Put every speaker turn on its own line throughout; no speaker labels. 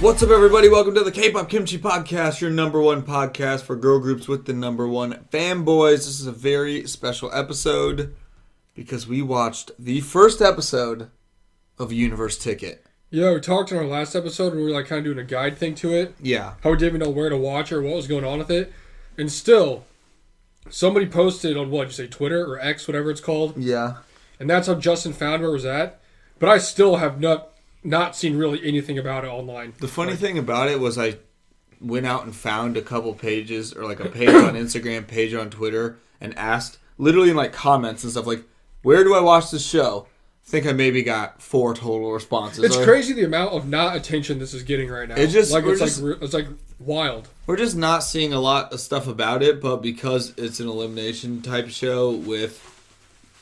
What's up, everybody? Welcome to the K-pop Kimchi Podcast, your number one podcast for girl groups with the number one fanboys. This is a very special episode because we watched the first episode of Universe Ticket.
Yeah, we talked in our last episode and we were like kind of doing a guide thing to it.
Yeah,
How we didn't even know where to watch or what was going on with it. And still, somebody posted on what you say Twitter or X, whatever it's called,
yeah,
and that's how Justin found where it was at. But I still have not not seen really anything about it online.
The funny thing about it was I went out and found a couple pages or like a page on Instagram, page on Twitter, and asked literally in like comments and stuff like, "Where do I watch this show?" I think I maybe got four total responses.
It's
or-
crazy the amount of not attention this is getting right now.
It just-
like
we're
it's
just-
like re- it's like wild.
We're just not seeing a lot of stuff about it, but because it's an elimination type show with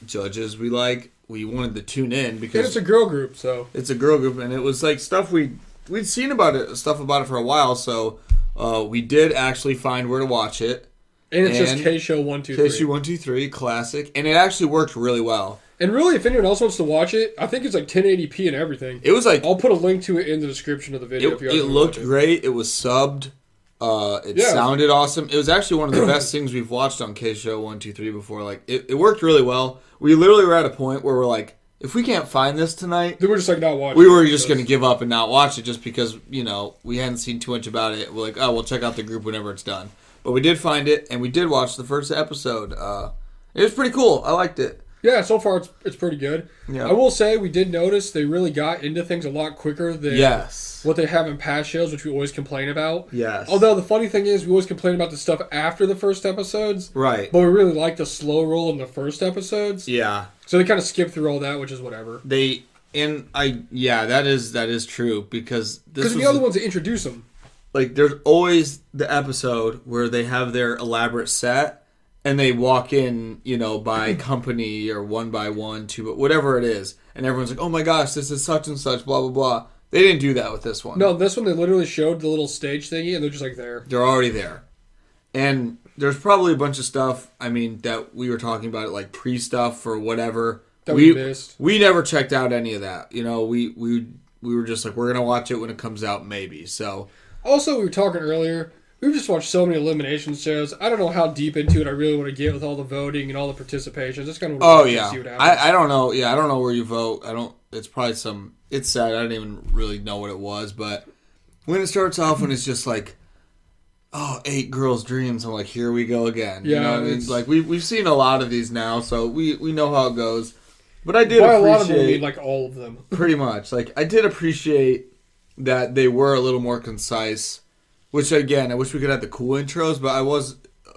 judges we like, we wanted to tune in
And
because
it's a girl group, so
it's a girl group, and it was like stuff we we'd seen about it, stuff about it for a while. So uh, we did actually find where to watch it.
and it's
And-
just K show one two three.
KSU one two three classic, and it actually worked really well.
And really, if anyone else wants to watch it, I think it's like 1080p and everything.
It was like it,
I'll put a link to it in the description of the video.
it
if you guys wanna
looked
watch it.
great. It was subbed. Uh, it
Yeah.
sounded awesome. It was actually one of the best things we've watched on K Show one two three before. Like it, it worked really well. We literally were at a point where we're like, if we can't find this tonight,
They were just like not watching.
we
it
were just
because-
gonna give up and not watch it just because you know we hadn't seen too much about it. We're like, oh, we'll check out the group whenever it's done. But we did find it, and we did watch the first episode. Uh, it was pretty cool. I liked it.
Yeah, so far it's it's pretty good.
Yeah.
I will say we did notice they really got into things a lot quicker than
Yes.
what they have in past shows, which we always complain about.
Yes.
Although the funny thing is, we always complain about the stuff after the first episodes,
Right.
but we really like the slow roll in the first episodes.
Yeah.
So they kind of skip through all that, which is whatever.
They and I yeah, that is that is true because this
Because
was
the other ones that introduce them,
like there's always the episode where they have their elaborate set and they walk in, you know, by
Mm-hmm.
company or one by one, two but whatever it is, and everyone's like, Oh my gosh, this is such and such, blah blah blah. They didn't do that with this one.
no, this one they literally showed the little stage thingy, and they're just like there.
They're already there. And there's probably a bunch of stuff, I mean, that we were talking about, like pre stuff or whatever.
That we missed.
We never checked out any of that. You know, we we we were just like, we're gonna watch it when it comes out, maybe. So
Also, we were talking earlier. We've just watched so many elimination shows. I don't know how deep into it I really want to get with all the voting and all the participations. It's kind of
Oh
to
yeah.
see what happens.
I, I don't know. Yeah, I don't know where you vote. I don't it's probably some it's sad. I don't even really know what it was, but when it starts off when it's just like oh, eight girls' dreams, I'm like, here we go again. you
Yeah,
know what I mean?
it's-
Like we we've seen a lot of these now, so we we know how it goes. But I did
By a
appreciate
lot of them, I mean like all of them.
pretty much. Like I did appreciate that they were a little more concise, which again, I wish we could have the cool intros, but I was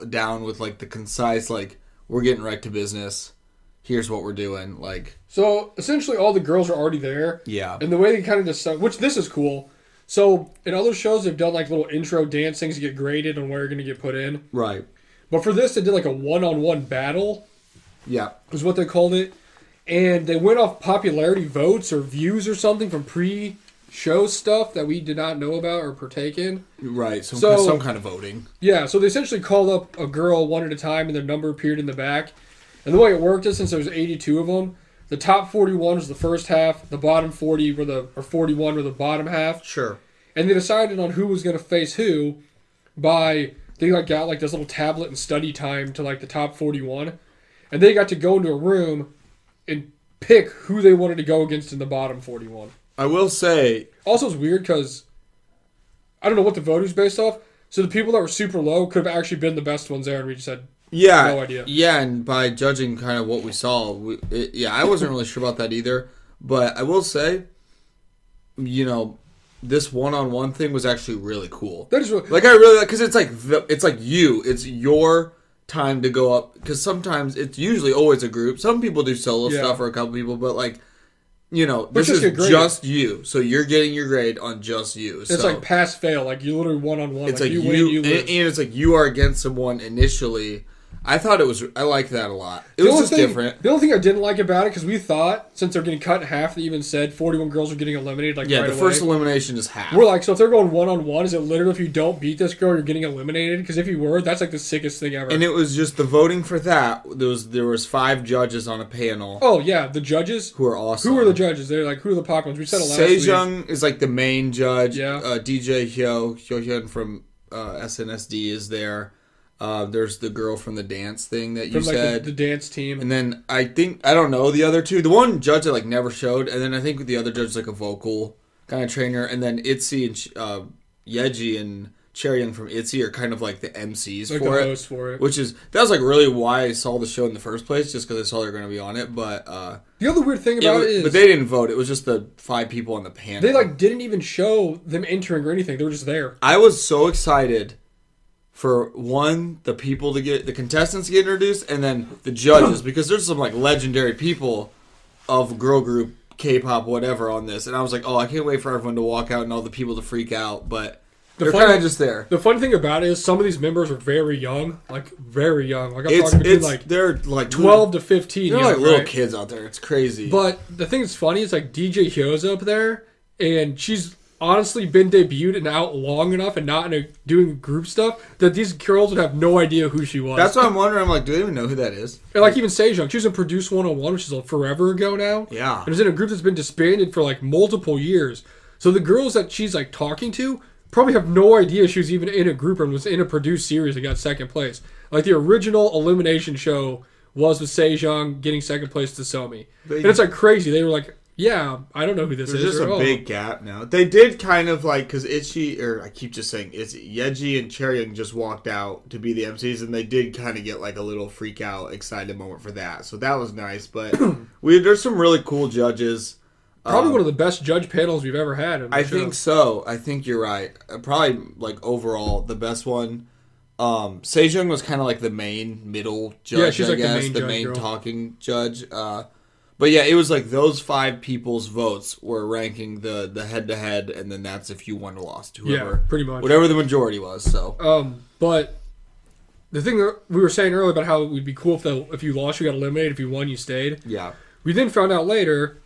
down with like the concise like we're getting right to business. Here's what we're doing. Like
So essentially, all the girls are already there,
yeah.
and the way they kind of decide, which this is cool. So in other shows, they've done like little intro dance things to get graded on where you're going to get put in.
Right.
But for this, they did like a one-on-one battle,
Yeah.
is what they called it, and they went off popularity votes or views or something from pre-show stuff that we did not know about or partake in.
Right. Some
So-
some kind of voting.
Yeah, so they essentially called up a girl one at a time, and their number appeared in the back. And the way it worked is since there was 82 of them, the top 41 was the first half, the bottom 40 were the or 41 were the bottom half,
Sure.
and they decided on who was going to face who by they like got like this little tablet and study time to like the top 41, and they got to go into a room and pick who they wanted to go against in the bottom 41.
I will say
Also, it's weird because I don't know what the voting's based off. So the people that were super low could have actually been the best ones there, and we just had
Yeah,
No idea.
Yeah, and by judging kind of what we saw, we, it, yeah, I wasn't really sure about that either. But I will say, you know, this one-on-one thing was actually really cool.
that is really,
Like I really because it's like the, it's like you, it's your time to go up. Because sometimes it's usually always a group. Some people do solo
Yeah.
stuff or a couple people, but like. You know, this
just get
is
graded.
just you, so you're getting your grade on just you.
it's
so
like pass fail, like you literally one on one,
it's
like
like
you win, you
and,
lose.
and it's like you are against someone initially I thought it was. I like that a lot. It
The
was
only
just
thing-
different.
The only thing I didn't like about it because we thought since they're getting cut in half, they even said 41 girls are getting eliminated. Like
Yeah,
right
the first
away.
elimination is half.
We're like, so if they're going one on one, is it literally if you don't beat this girl, you're getting eliminated? Because if you were, that's like the sickest thing ever.
and it was just the voting for that. There was there was five judges on a panel
oh yeah, the judges.
who are awesome.
Who are the judges? They're like, who are the popular ones? We said it last week.
Sejong is like the main judge.
Yeah.
Uh, DJ Hyo Hyohyun from uh, SNSD is there. Uh, there's the girl from the dance thing that you
From like
said.
the, the dance team.
and then I think I don't know the other two. The one judge that like never showed, and then I think the other judge is like a vocal kind of trainer. And then Itzy and uh, Yeji and Cherion from Itzy are kind of like the MCs
like
for
the
it.
host for it.
Which is that was like really why I saw the show in the first place, just because I saw they were going to be on it. But uh,
The other weird thing
it
about
was-
it is
but they didn't vote. It was just the five people on the panel.
they like didn't even show them entering or anything. They were just there.
I was so excited for one the people to get the contestants to get introduced, and then the judges because there's some like legendary people of girl group K-pop whatever on this, and I was like, oh, I can't wait for everyone to walk out and all the people to freak out, but they're
fun-
kind of just there.
The fun thing about it is some of these members are very young, like very young. Like I'm
It's
talking between
it's
like
they're like
12 to 15.
They're
young,
like little
right?
kids out there. It's crazy.
But the thing that's funny is like DJ Hyo's up there, and she's honestly been debuted and out long enough and not in a, doing group stuff that these girls would have no idea who she was.
That's what I'm wondering. I'm like, do they even know who that is?
and like even Sejong, she was in Produce 101, which is like forever ago now.
Yeah.
And was in a group that's been disbanded for like multiple years. So the girls that she's like talking to probably have no idea she was even in a group and was in a Produce series and got second place. Like the original elimination show was with Sejong getting second place to Somi.
They-
and it's like crazy. They were like, yeah, I don't know who this
There's
is.
just
or,
a
"Oh."
big gap now. They did kind of like because Itchy or I keep just saying Itchy, Yeji and Cherryung just walked out to be the MCs, and they did kind of get like a little freak out, excited moment for that. So that was nice. But we there's some really cool judges.
Probably
Um,
one of the best judge panels we've ever had. in the
I
show.
think so. I think you're right. Uh, Probably like overall the best one. Um, Sejong was kind of like the main middle judge.
Yeah, she's
I
like the
guess,
main
the
judge
main
girl.
talking judge. Uh, but yeah, it was like those five people's votes were ranking the the head to head, and then that's if you won or lost, whoever,
Yeah, pretty much.
whatever the majority was. So
Um, but the thing that we were saying earlier about how it would be cool if the, if you lost, you got eliminated. If you won, you stayed.
yeah,
We then found out later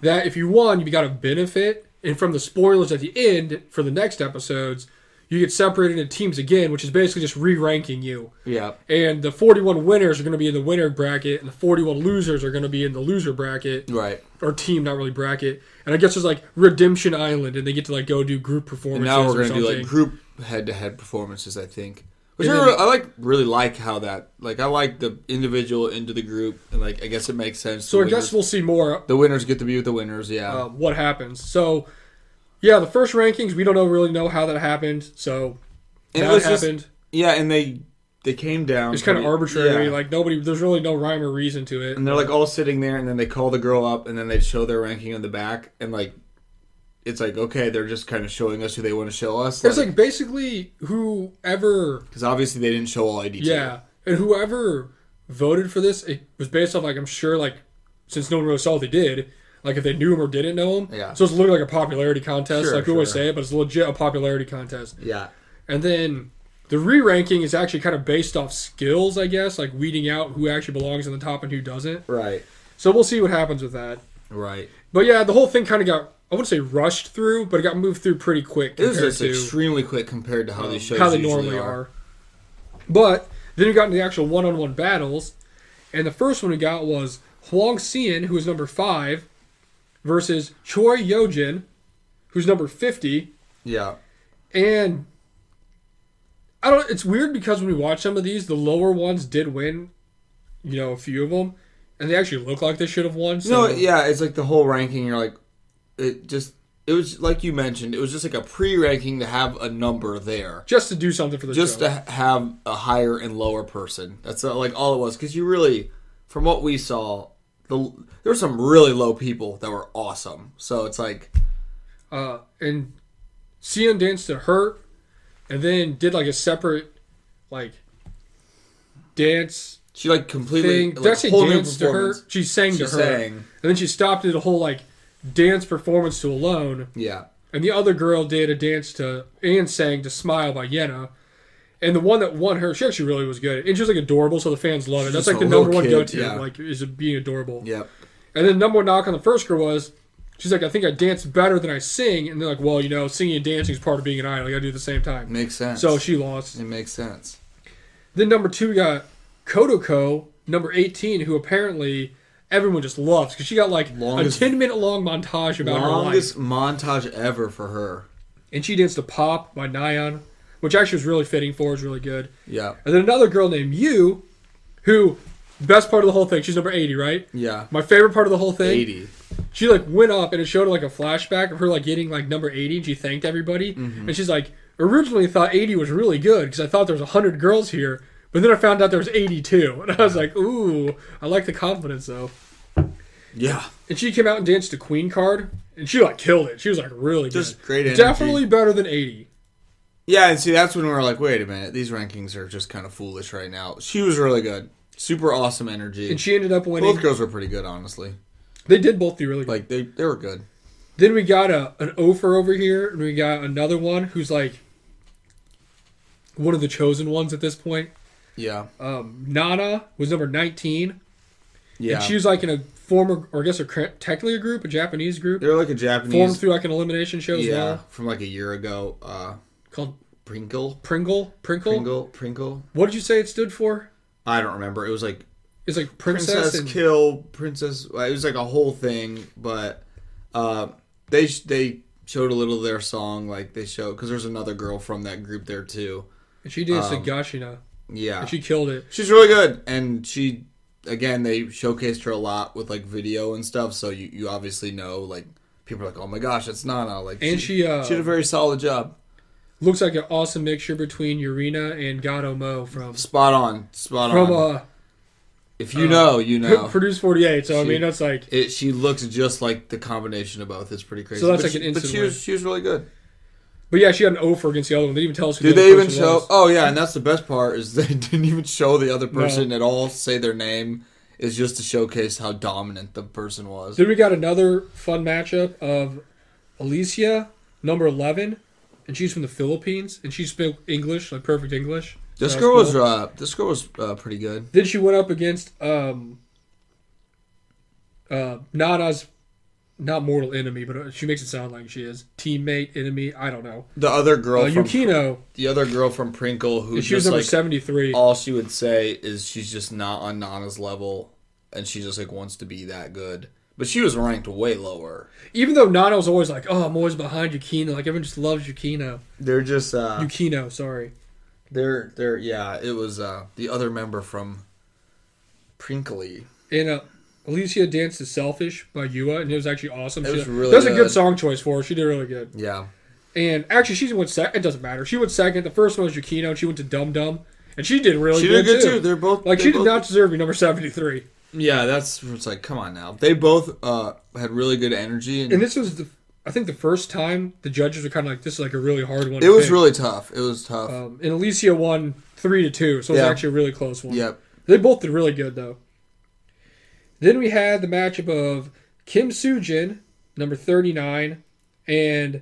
that if you won, you got a benefit, and from the spoilers at the end for the next episodes, you get separated into teams again, which is basically just re-ranking you.
yeah,
And the 41 winners are going to be in the winner bracket, and the 41 losers are going to be in the loser bracket
right.
or team, not really bracket. And I guess there's like Redemption Island, and they get to like go do group
And
performances.
now we're
or
gonna do like
something.
group head to head performances, I think. Which
And
I,
then-
really, I like really like how that like I like the individual into the group and like I guess it makes sense.
So
The
I
winners-
guess we'll see more
the winners get to be with the winners, yeah.
uh, what happens. So yeah, the first rankings we don't know really know how that happened. So
And it
that
was just-
happened.
yeah, and they they came down.
it's kind of
pretty-
arbitrary.
yeah.
Like nobody, there's really no rhyme or reason to it.
and they're like all sitting there and then they call the girl up and then they show their ranking on the back and like it's like okay, they're just kind of showing us who they want to show us.
It's like basically whoever,
because obviously they didn't show all ID.
yeah, and whoever voted for this, it was based off like I'm sure like since no one really saw what they did. Like if they knew him or didn't know him,
Yeah.
So it's literally like a popularity contest.
Sure,
like we always
sure.
say it, but it's legit a popularity contest.
yeah,
And then the re-ranking is actually kind of based off skills, I guess, like weeding out who actually belongs on the top and who doesn't.
right,
So we'll see what happens with that.
right.
But yeah, the whole thing kind of got I wouldn't say rushed through, but it got moved through pretty quick
It was
compared
just
to um,
extremely quick compared to how these shows
how they
usually
normally are. But then we got into the actual one-on-one battles, and the first one we got was Huang Xian, who was number five, versus Choi Yojin, who's number fifty.
Yeah,
And I don't. It's weird because when we watch some of these, the lower ones did win, you know, a few of them, and they actually look like they should have won. So
no, yeah. It's like the whole ranking. You're like, it just. It was like you mentioned. It was just like a pre-ranking to have a number there.
just to do something for the
just
show.
to ha- have a higher and lower person. That's uh, like all it was because you really, from what we saw, the there were some really low people that were awesome. So it's like
uh, and Sion danced to "Hurt," and then did like a separate, like, dance
she like completely
thing.
like,
Did I say
whole new
dance to her?
performance.
She sang
She
to her,
sang.
and then she stopped at a whole like dance performance to "Alone."
Yeah,
And the other girl did a dance to and sang to Smile by Yena. And the one that won her, she actually really was good. And she was like adorable, so the fans love it.
She's
That's
just
like
a
the
little
number one
kid,
go to,
yeah.
like is being adorable.
Yep.
And then number one knock on the first girl was, she's like, I think I dance better than I sing. And they're like, well, you know, singing and dancing is part of being an idol. You got to do it at the same time.
Makes sense.
So she lost.
it makes sense.
Then number two, we got Kodoko, number 18, who apparently everyone just loves because she got like
Longest-
a 10 minute long montage about her life.
Longest montage ever for her.
And she danced to Pop by Nyan, which actually was really fitting for her, it was really good.
Yeah.
And then another girl named Yu, who, best part of the whole thing, she's number 80, right?
Yeah.
My favorite part of the whole thing.
Eighty.
she like went up and it showed like a flashback of her like getting like number 80 and she thanked everybody
Mm-hmm.
and she's like originally thought 80 was really good because i thought there was 100 girls here but then i found out there was 82 and i was like ooh i like the confidence though
Yeah.
and she came out and danced to queen card and she like killed it she was like really
Just
good
great energy.
definitely better than 80
Yeah, and see, that's when we're like, wait a minute, these rankings are just kind of foolish right now. She was really good, super awesome energy.
and she ended up winning
Both girls were pretty good, honestly.
they did both do really good
Like they, they were good.
Then we got a an Ofer over here, and we got another one who's like one of the chosen ones at this point.
Yeah,
Um, Nana was number nineteen,
yeah.
and she was like in a former, or I guess a cr- technically a group, a Japanese group,
They're like a
formed
Japanese,
through like an elimination show as
yeah,
well,
from like a year ago. Uh,
called
Pringle,
Pringle. Prinkle.
Pringle, Pringle.
What did you say it stood for?
I don't remember. It was like
It's like princess,
Princess
and
Kill, Princess. It was like a whole thing, but uh, they sh- they showed a little of their song, like they showed because there's another girl from that group there too.
and she danced
um,
to Gashina,
Yeah,
and she killed it.
She's really good, and she again they showcased her a lot with like video and stuff. So you, you obviously know like people are like, oh my gosh, it's Nana. Like,
And she, uh,
she did a very solid job.
Looks like an awesome mixture between Urena and Gato Mo from
Spot on, spot
from
on.
uh,
if you know, you know.
Produce Forty Eight. So I
She-
mean, that's like
It, she looks just like the combination of both. It's pretty crazy.
So that's
but
like
she,
an
But
instant
she
win.
was she was really good.
But yeah, she had an offer against the other one. They didn't even tell us. Who
Did
the
they
other
even
person
show?
was.
Oh yeah, and that's the best part is they didn't even show the other person at all. Say their name is just to showcase how dominant the person was.
Then we got another fun matchup of Alicia, number eleven, and she's from the Philippines, and she spoke English, like perfect English. So
This
that's
girl was
cool.
uh, this girl was uh, pretty good.
Then she went up against um, uh, Nana's, not mortal enemy, but uh, she makes it sound like she is teammate, enemy. I don't know.
The other girl
Uh,
from
Yukino,
the other girl from Prinkle who
and she was
just
number
like
seventy three.
all she would say is she's just not on Nana's level and she just like wants to be that good. But she was ranked way lower.
Even though Nana was always like, "Oh, I'm always behind Yukino," like everyone just loves Yukino.
They're just uh
Yukino, sorry.
they're they're yeah, it was uh the other member from Prinkly.
And uh, Alicia danced to "Selfish" by Yua, and it was actually awesome.
It
She-
was really
that was a good
good.
song choice for her. She did really good.
Yeah.
And actually, she went second. It doesn't matter. She went second. The first one was Yukino, and she went to Dum Dum, and she did really
She
good,
did good
too.
too. They're both
Like
they
she did
both-
not deserve to be number seventy three.
Yeah, that's it's like come on now. They both uh had really good energy and,
And this was the, I think, the first time the judges were kind of like, "This is like a really hard one."
it
to
was
pick.
really tough. It was tough.
Um, and Alicia won three to two, so it was
Yeah.
actually a really close one.
yep.
They both did really good though. Then we had the matchup of Kim Sujin, number thirty nine, and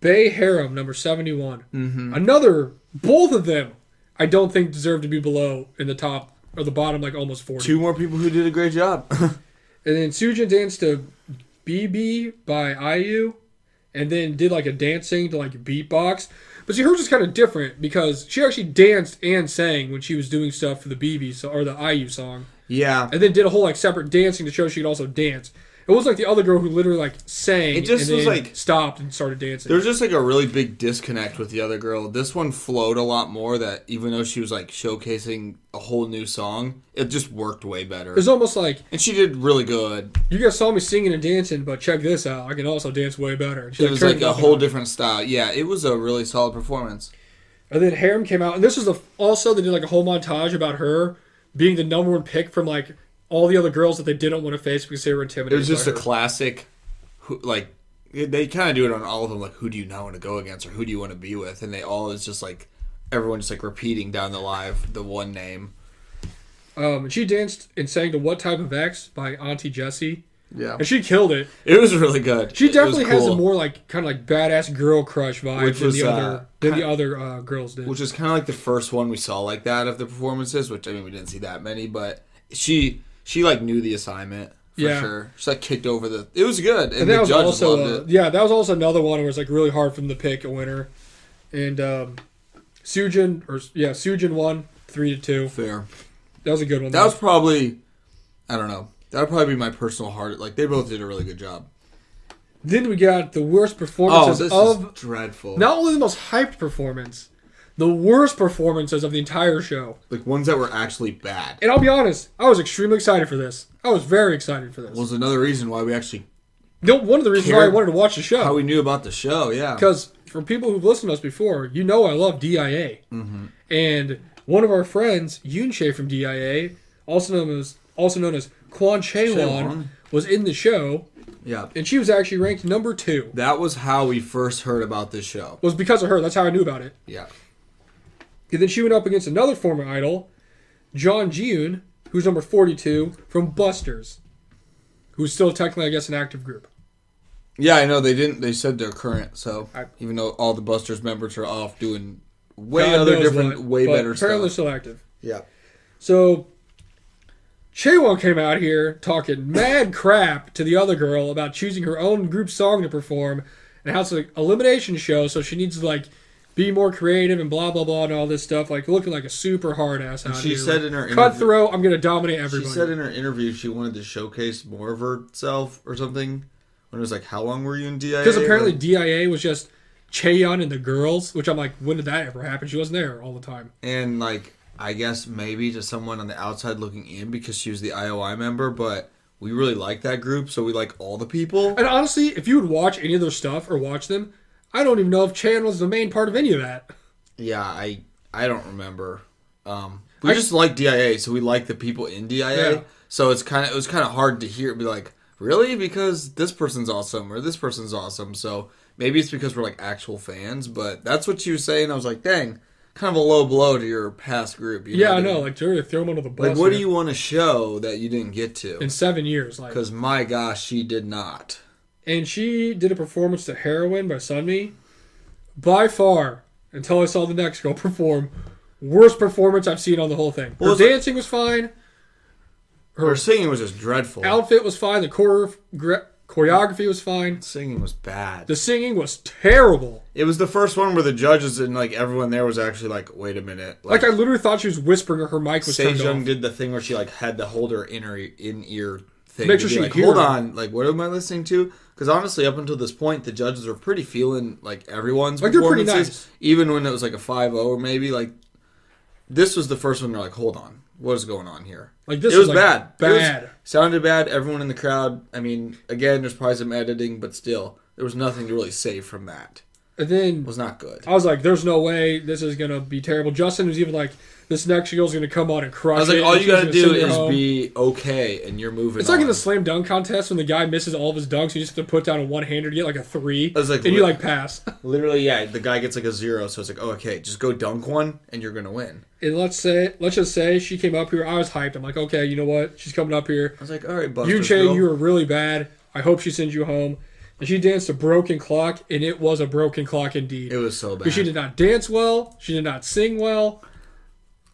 Bay Harem, number seventy
Mhm.
Another both of them I don't think deserve to be below in the top or the bottom like almost forty.
Two more people who did a great job.
And then Sujin danced to BB by IU and then did like a dancing to like beatbox. But see, hers was kind of different because she actually danced and sang when she was doing stuff for the BB so, or the IU song
yeah.
and then did a whole like separate dancing to show she could also dance. It was like the other girl who literally like sang
It just
and
was
then
like-
stopped and started dancing.
There's just like a really big disconnect with the other girl. This one flowed a lot more. That even though she was like showcasing a whole new song, it just worked way better.
It was almost like
And she did really good.
you guys saw me singing and dancing, but check this out, I can also dance way better. And she,
It was like
turned
a
up and
whole
up.
different style. Yeah, it was a really solid performance.
And then Harem came out, and this was the also they did like a whole montage about her being the number one pick from like all the other girls that they didn't want to face because they were
It
intimidated.
was just
by
a
her.
classic, who, like they kind of do it on all of them. Like who do you not want to go against, or who do you want to be with? And they all is just like everyone just like repeating down the live the one name.
um, she danced and sang to "What Type of X" by Auntie Jessie.
Yeah,
and she killed it.
it was really good.
She
It was
definitely has
cool.
a more like kind of like badass girl crush vibe
Which
than
was,
the
uh,
other than the other uh, girls did.
which is kind of like the first one we saw like that of the performances. Which I mean, we didn't see that many, but she she like knew the assignment for
Yeah.
sure. She like kicked over the. It was good, and,
and
the
that was
judges
also
loved
uh,
it.
yeah, that was also another one where it's like really hard for them to pick a winner. And um, Sujin or yeah, Sujin won three to two.
Fair.
That was a good one.
That was probably I don't know. That would probably be my personal heart. Like they both did a really good job.
then we got the worst
Oh,
performances
this
of
is dreadful.
not only the most hyped performance, the worst performances of the entire show.
Like ones that were actually bad.
And I'll be honest, I was extremely excited for this. I was very excited for this.
was another reason why we actually
no, one of the reasons why I
Karen-
wanted to watch the show.
how we knew about the show. Yeah.
because for people who've listened to us before, you know I love DIA,
Mm-hmm.
and one of our friends Yoon Che from DIA, also known as also known as Kwon Chaewon,
Chaewon.
was in the show,
Yeah.
and she was actually ranked number two.
That was how we first heard about this show.
It was because of her. That's how I knew about it.
Yeah.
And then she went up against another former idol, John Jiun, who's number forty-two from Busters, who's still technically I guess an active group.
Yeah, I know they didn't. They said they're current. So
I-
even though all the Busters members are off doing way
God
other
knows
different,
what,
way
but
better
apparently they're
stuff.
still active.
Yeah.
So Chaewon came out here talking mad crap to the other girl about choosing her own group song to perform and how it's an elimination show, so she needs to like be more creative and blah blah blah and all this stuff, like looking like a super hard ass out
she
here.
said in her
cutthroat, I'm gonna dominate everybody.
She said in her interview she wanted to showcase more of herself or something. When it was like, how long were you in DIA?
because apparently
Like,
DIA was just Chaeyeon and the girls, which I'm like, when did that ever happen? She wasn't there all the time.
and like, I guess maybe to someone on the outside looking in because she was the IOI member, but we really like that group, so we like all the people.
And honestly, if you would watch any of their stuff or watch them, I don't even know if Chaeyeon was the main part of any of that.
Yeah, I I don't remember. Um, we just like DIA, so we like the people in DIA.
Yeah.
So it's kind of it was kind of hard to hear. Be like, really, because this person's awesome or this person's awesome. So maybe it's because we're like actual fans. But that's what you say, and I was like, dang, kind of a low blow to your past group. You
Yeah, I
what
know.
mean?
Like, to throw him under the bus.
Like, what do
here.
you want to show that you didn't get to?
in seven years? Like,
Because my gosh, she did not.
and she did a performance to "Heroin" by Sunmi. By far, until I saw the next girl perform, worst performance I've seen on the whole thing. Her
Well, it's like-
dancing was fine.
Her, singing was just dreadful.
Outfit was fine. The chore- gra- choreography was fine.
singing was bad.
The singing was terrible.
It was the first one where the judges and like everyone there was actually like, wait a minute.
Like, I literally thought she was whispering or her mic was turned
Sejong
off.
did the thing where she like had to hold her inner in ear thing.
Make
to
sure
be
she
like,
hear
hold
her.
on, like what am I listening to? Because honestly, up until this point, the judges were pretty feeling like everyone's
Like, they're pretty
performances, even when it was like a 5-0 or maybe like this was the first one. They're like, hold on, what is going on here?
Like, this
it was
was, like,
bad, It was-
bad.
sounded bad. Everyone in the crowd. I mean, again, there's probably some editing, but still, there was nothing to really save from that.
And then
It was not good.
I was like, "There's no way this is gonna be terrible." Justin was even like, "This next girl's gonna come on and crush
I was like,
it,
all
and
you
she's
gotta
gonna
do
send her
is
home."
be okay, and you're moving.
It's like in
on.
the slam dunk contest when the guy misses all of his dunks, you just have to put down a one hander to get like a three,
I was like,
and you
li-
like pass.
Literally, yeah. The guy gets like a zero, so it's like, oh, okay, just go dunk one, and you're gonna win.
and let's say, let's just say she came up here. I was hyped. I'm like, okay, you know what? She's coming up here.
I was like, all right,
You
Buster's
Che,
girl.
you were really bad. I hope she sends you home. And she danced a broken clock, and it was a broken clock indeed.
It was so bad.
Because she did not dance well. She did not sing well.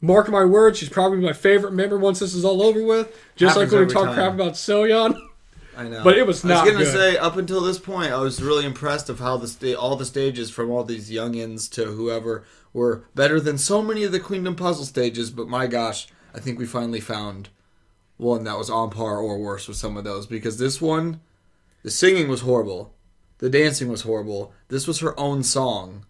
Mark my words, she's probably my favorite member once this is all over with. Just
Happens
like when we
every
talk
time.
crap about Soyeon.
I know,
but it was
I
not
was gonna
good.
say up until this point, I was really impressed of how the sta- all the stages from all these youngins to whoever were better than so many of the Queendom puzzle stages. But my gosh, I think we finally found one that was on par or worse with some of those because this one, the singing was horrible, the dancing was horrible. This was her own song.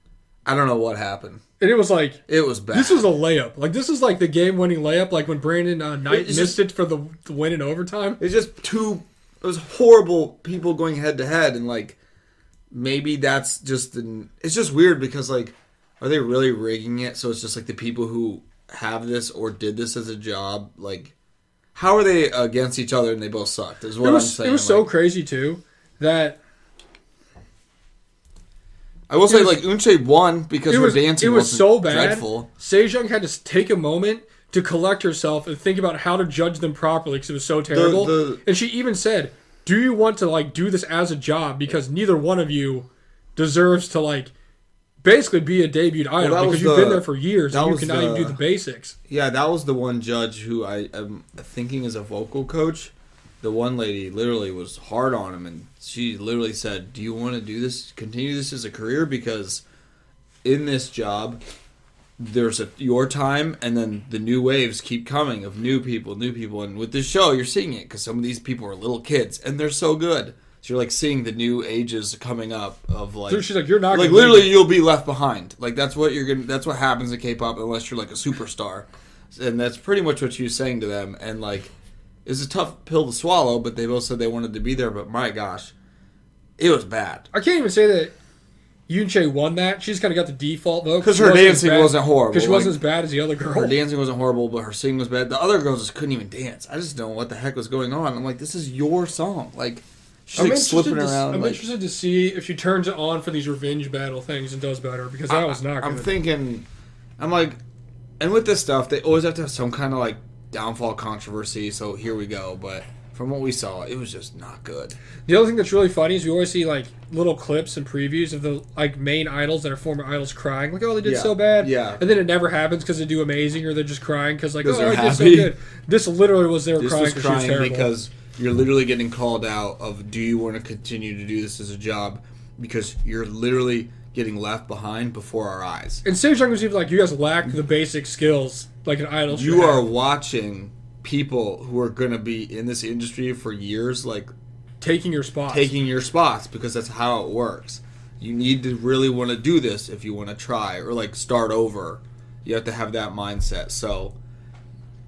I don't know what happened.
And it was like,
It was bad.
This was a layup. Like this is like the game-winning layup. Like when Brandon uh, Knight
It's
missed it for the, the win in overtime.
It's just two. It was horrible people going head to head, and like maybe that's just an. It's just weird because like, are they really rigging it? So it's just like the people who have this or did this as a job, like. How are they against each other and they both sucked? Is what
It
I'm
was
saying.
it was so
Like,
crazy too that
I will say
was-
like Unche won because
it
her
was
dancing
it was
wasn't
so bad.
dreadful.
Sejong had to take a moment to collect herself and think about how to judge them properly because it was so terrible.
the-
and she even said, do you want to like do this as a job? Because neither one of you deserves to like basically be a debuted idol
that was
because you've
the-
been there for years
that
and you
was
cannot even do
the-
the basics.
Yeah, that was the one judge who I am thinking is a vocal coach. The one lady literally was hard on him, and she literally said, "Do you want to do this? Continue this as a career because in this job, there's a, your time, and then the new waves keep coming of new people, new people, and with this show, you're seeing it because some of these people are little kids and they're so good. So you're like seeing the new ages coming up of like
Dude, she's like, you're not
like
gonna
literally
make
you'll be left behind like that's what you're gonna that's what happens in k-pop unless you're like a superstar and that's pretty much what she was saying to them and like it's a tough pill to swallow but they both said they wanted to be there but my gosh it was bad
I can't even say that Yunche won that. She's kind of got the default though
'Cause her dancing wasn't horrible,
Because she wasn't
like-
as bad as the other girl.
her dancing wasn't horrible but her singing was bad the other girls just couldn't even dance i just don't know what the heck was going on i'm like this is your song like she's like slipping
to,
around
I'm
like,
interested to see if she turns it on for these revenge battle things and does better because that was not
I'm
good.
thinking, I'm like, and with this stuff, they always have to have some kind of like downfall controversy. So here we go. But from what we saw, it was just not good.
the other thing that's really funny is we always see like little clips and previews of the like main idols that are former idols crying like oh they did
Yeah.
so bad
Yeah.
and then it never happens because they do amazing or they're just crying because like
'Cause
oh
they're
I did so
happy.
good. This literally was they were
This
crying,
was
'cause she was
crying
terrible.
because you're literally getting called out of do you want to continue to do this as a job because you're literally getting left behind before our eyes.
and Sage Young was even like you guys lack the basic skills like an idol should
You
have."
are watching people who are going to be in this industry for years like
taking your spots
taking your spots because that's how it works. You need to really want to do this if you want to try or like start over. You have to have that mindset. So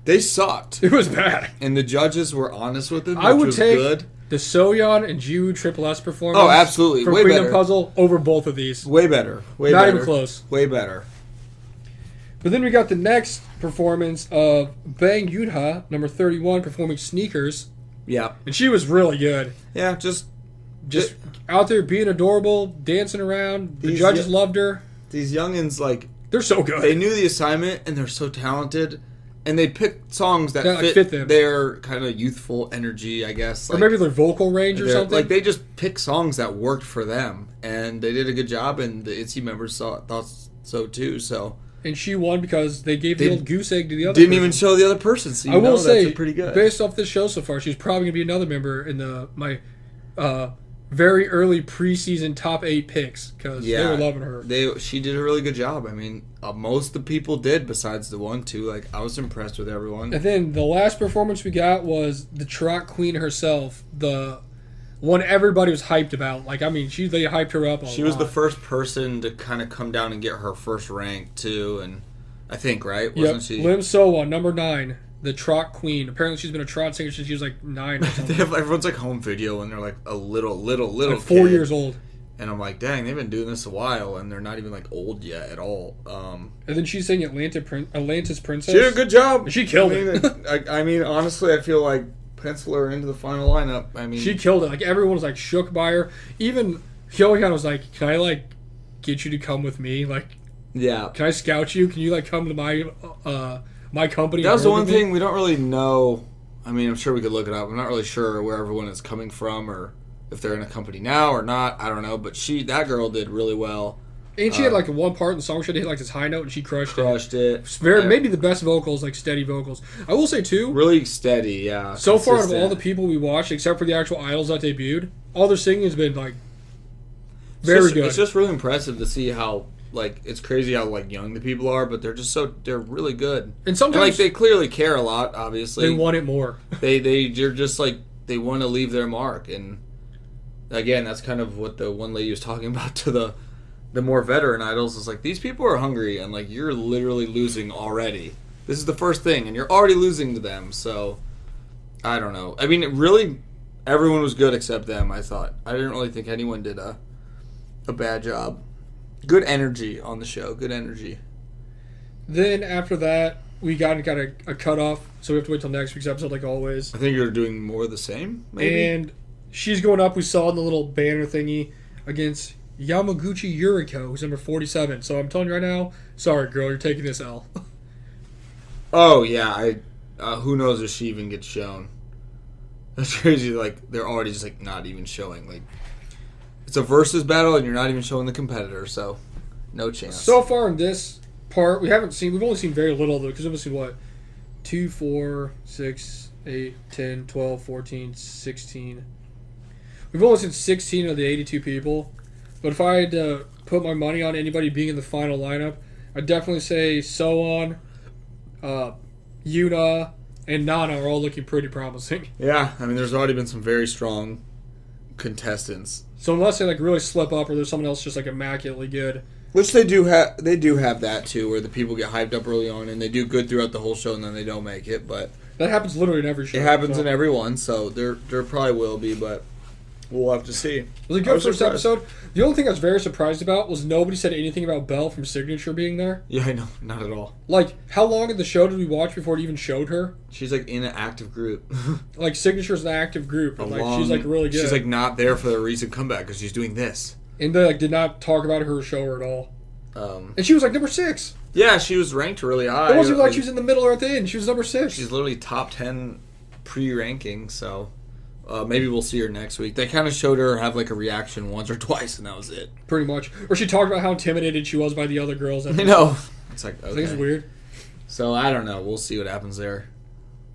they sucked,
it was bad
and the judges were honest with it. Which
I would
was
take
good.
the Soyeon and Ju Triple S performance.
Oh, absolutely.
From
Way
Queen
better.
of Puzzle over both of these.
way better. Way
Not
better.
even close.
Way better.
But then we got the next performance of Bang Yudha, number 31, performing Sneakers.
Yeah,
And she was really good.
yeah. Just
Just out there being adorable, dancing around. The
These-
judges
yeah.
loved her.
these youngins like
They're so
they
good.
knew the assignment and they're so talented, and they picked songs that,
That, like,
fit,
fit them.
their kind of youthful energy. I guess.
or
like-
maybe their vocal range or
They're-
something.
Like they just picked songs that worked for them, and they did a good job, and the ITZY members saw, thought so too. So
and she won because they gave the
Didn't-
old goose egg to the other
didn't
person.
even show the other person. So you
I will
know
say,
that's a pretty good.
based off this show so far, she's probably gonna be another member in the my uh, very early preseason top eight picks because they
Yeah.
were loving her.
They she did a really good job. I mean, uh, most of the people did, besides the one two. Like I was impressed with everyone.
And then the last performance we got was the Trot Queen herself, the one everybody was hyped about. Like I mean, she they hyped her up. A
She was the
lot.
first person to kind of come down and get her first rank too, and I think right
Yep.
wasn't she?
Lim Sowa, number nine, the Trot Queen. Apparently, she's been a Trot singer since she was like nine or
They
something,
have everyone's like home video, and they're like a little, little, little
like four
kid.
years old.
and I'm like, dang, they've been doing this a while, and they're not even like old yet at all. Um,
And then she sang Atlanta Prin- Atlantis Princess.
she did a good job.
She killed
I mean,
it.
I, I mean, honestly, I feel like pencil her into the final lineup. I mean,
She killed it. Like everyone was like shook by her. Even Hyohyun was like, "Can I like get you to come with me? Like,
yeah,
can I scout you? Can you like come to my uh my company?"
that was
and
the
work
one
with me?"
thing we don't really know. I mean, I'm sure we could look it up. I'm not really sure where everyone is coming from or if they're in a company now or not. I don't know, but she, that girl, did really well.
And she had like one part in the song she had to hit like this high note and she crushed,
Uh. Crushed it.
it. Very
Yeah.
maybe the best vocals, like steady vocals. I will say too.
Really steady, yeah.
So far, out of all the
consistent.
people we watched, except for the actual idols that debuted, all their singing has been like very
it's just,
good.
It's just really impressive to see how like it's crazy how like young the people are, but they're just so they're really good.
and
And like
sometimes
they clearly care a lot.
they,
Obviously,
they want it more.
they they they're just like they want to leave their mark and again that's kind of what the one lady was talking about to the the more veteran idols is like these people are hungry and like you're literally losing already this is the first thing and you're already losing to them so i don't know i mean it really everyone was good except them i thought i didn't really think anyone did a a bad job good energy on the show good energy
Then after that, we got got a, a cutoff, so we have to wait till next week's episode, like always.
i think you're doing more of the same maybe
And she's going up. We saw in the little banner thingy against Yamaguchi Yuriko, who's number forty-seven. So I'm telling you right now, sorry, girl, you're taking this L.
Oh yeah, I. Uh, who knows if she even gets shown? That's crazy. Like they're already just like not even showing. Like it's a versus battle, and you're not even showing the competitor, so no chance.
So far in this part, we haven't seen. We've only seen very little though, because we've only seen what two, four, six, eight, 10, 12, 14, 16. We've only seen sixteen of the eighty-two people. But if I had to put my money on anybody being in the final lineup, I'd definitely say Soon, uh, Yuna, and Nana are all looking pretty promising.
yeah, I mean, there's already been some very strong contestants,
So unless they like really slip up, or there's someone else just like immaculately good,
which they do have. They do have that too, where the people get hyped up early on and they do good throughout the whole show, and then they don't make it. But
that happens literally in every show.
it happens
so.
in everyone, so there there probably will be, but we'll have to see.
It was a
I
good
was
first
surprised.
episode. The only thing I was very surprised about was nobody said anything about Belle from Signature being there.
Yeah, I know, not at all.
Like, how long of the show did we watch before it even showed her?
She's like in an active group.
Like, Signature's an active group, and like she's like really good.
She's like not there for the recent comeback because she's doing this.
and they like did not talk about her show at all.
Um,
And she was like number six.
yeah, she was ranked really high.
It wasn't even like she was in the middle or at the end. She was number six.
She's literally top ten pre-ranking. So uh, maybe we'll see her next week. They kind of showed her have like a reaction once or twice, and that was it.
pretty much. Or she talked about how intimidated she was by the other girls. At
You know, it's like
I think it's
okay.
weird.
So I don't know. We'll see what happens there.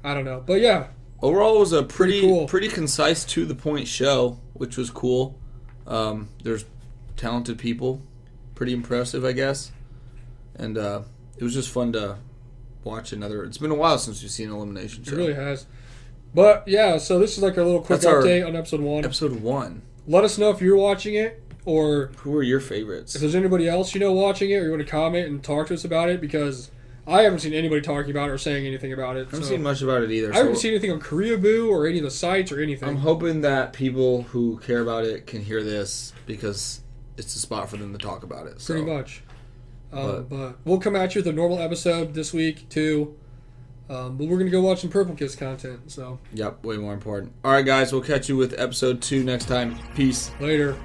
I don't know, but yeah,
Overall, it was a pretty
Pretty
pretty,
cool.
concise to the point show, which was cool. Um, there's talented people, pretty impressive, I guess. And uh, it was just fun to watch another. It's been a while since we've seen an elimination
it
show.
really has. But yeah, so this is like a little quick
That's our-
update on episode one.
Episode one.
Let us know if you're watching it or
Who are your favorites?
if there's anybody else you know watching it or you want to comment and talk to us about it because I haven't seen anybody talking about it or saying anything about it.
I haven't
so-
seen much about it either.
I haven't
so
seen anything on Korea Boo or any of the sites or anything.
I'm hoping that people who care about it can hear this because it's a spot for them to talk about it. So.
pretty much. Um, but, we'll come at you with a normal episode this week too. Um, but we're gonna go watch some Purple Kiss content. So
Yep, way more important. All right, guys, we'll catch you with episode two next time. Peace.
later.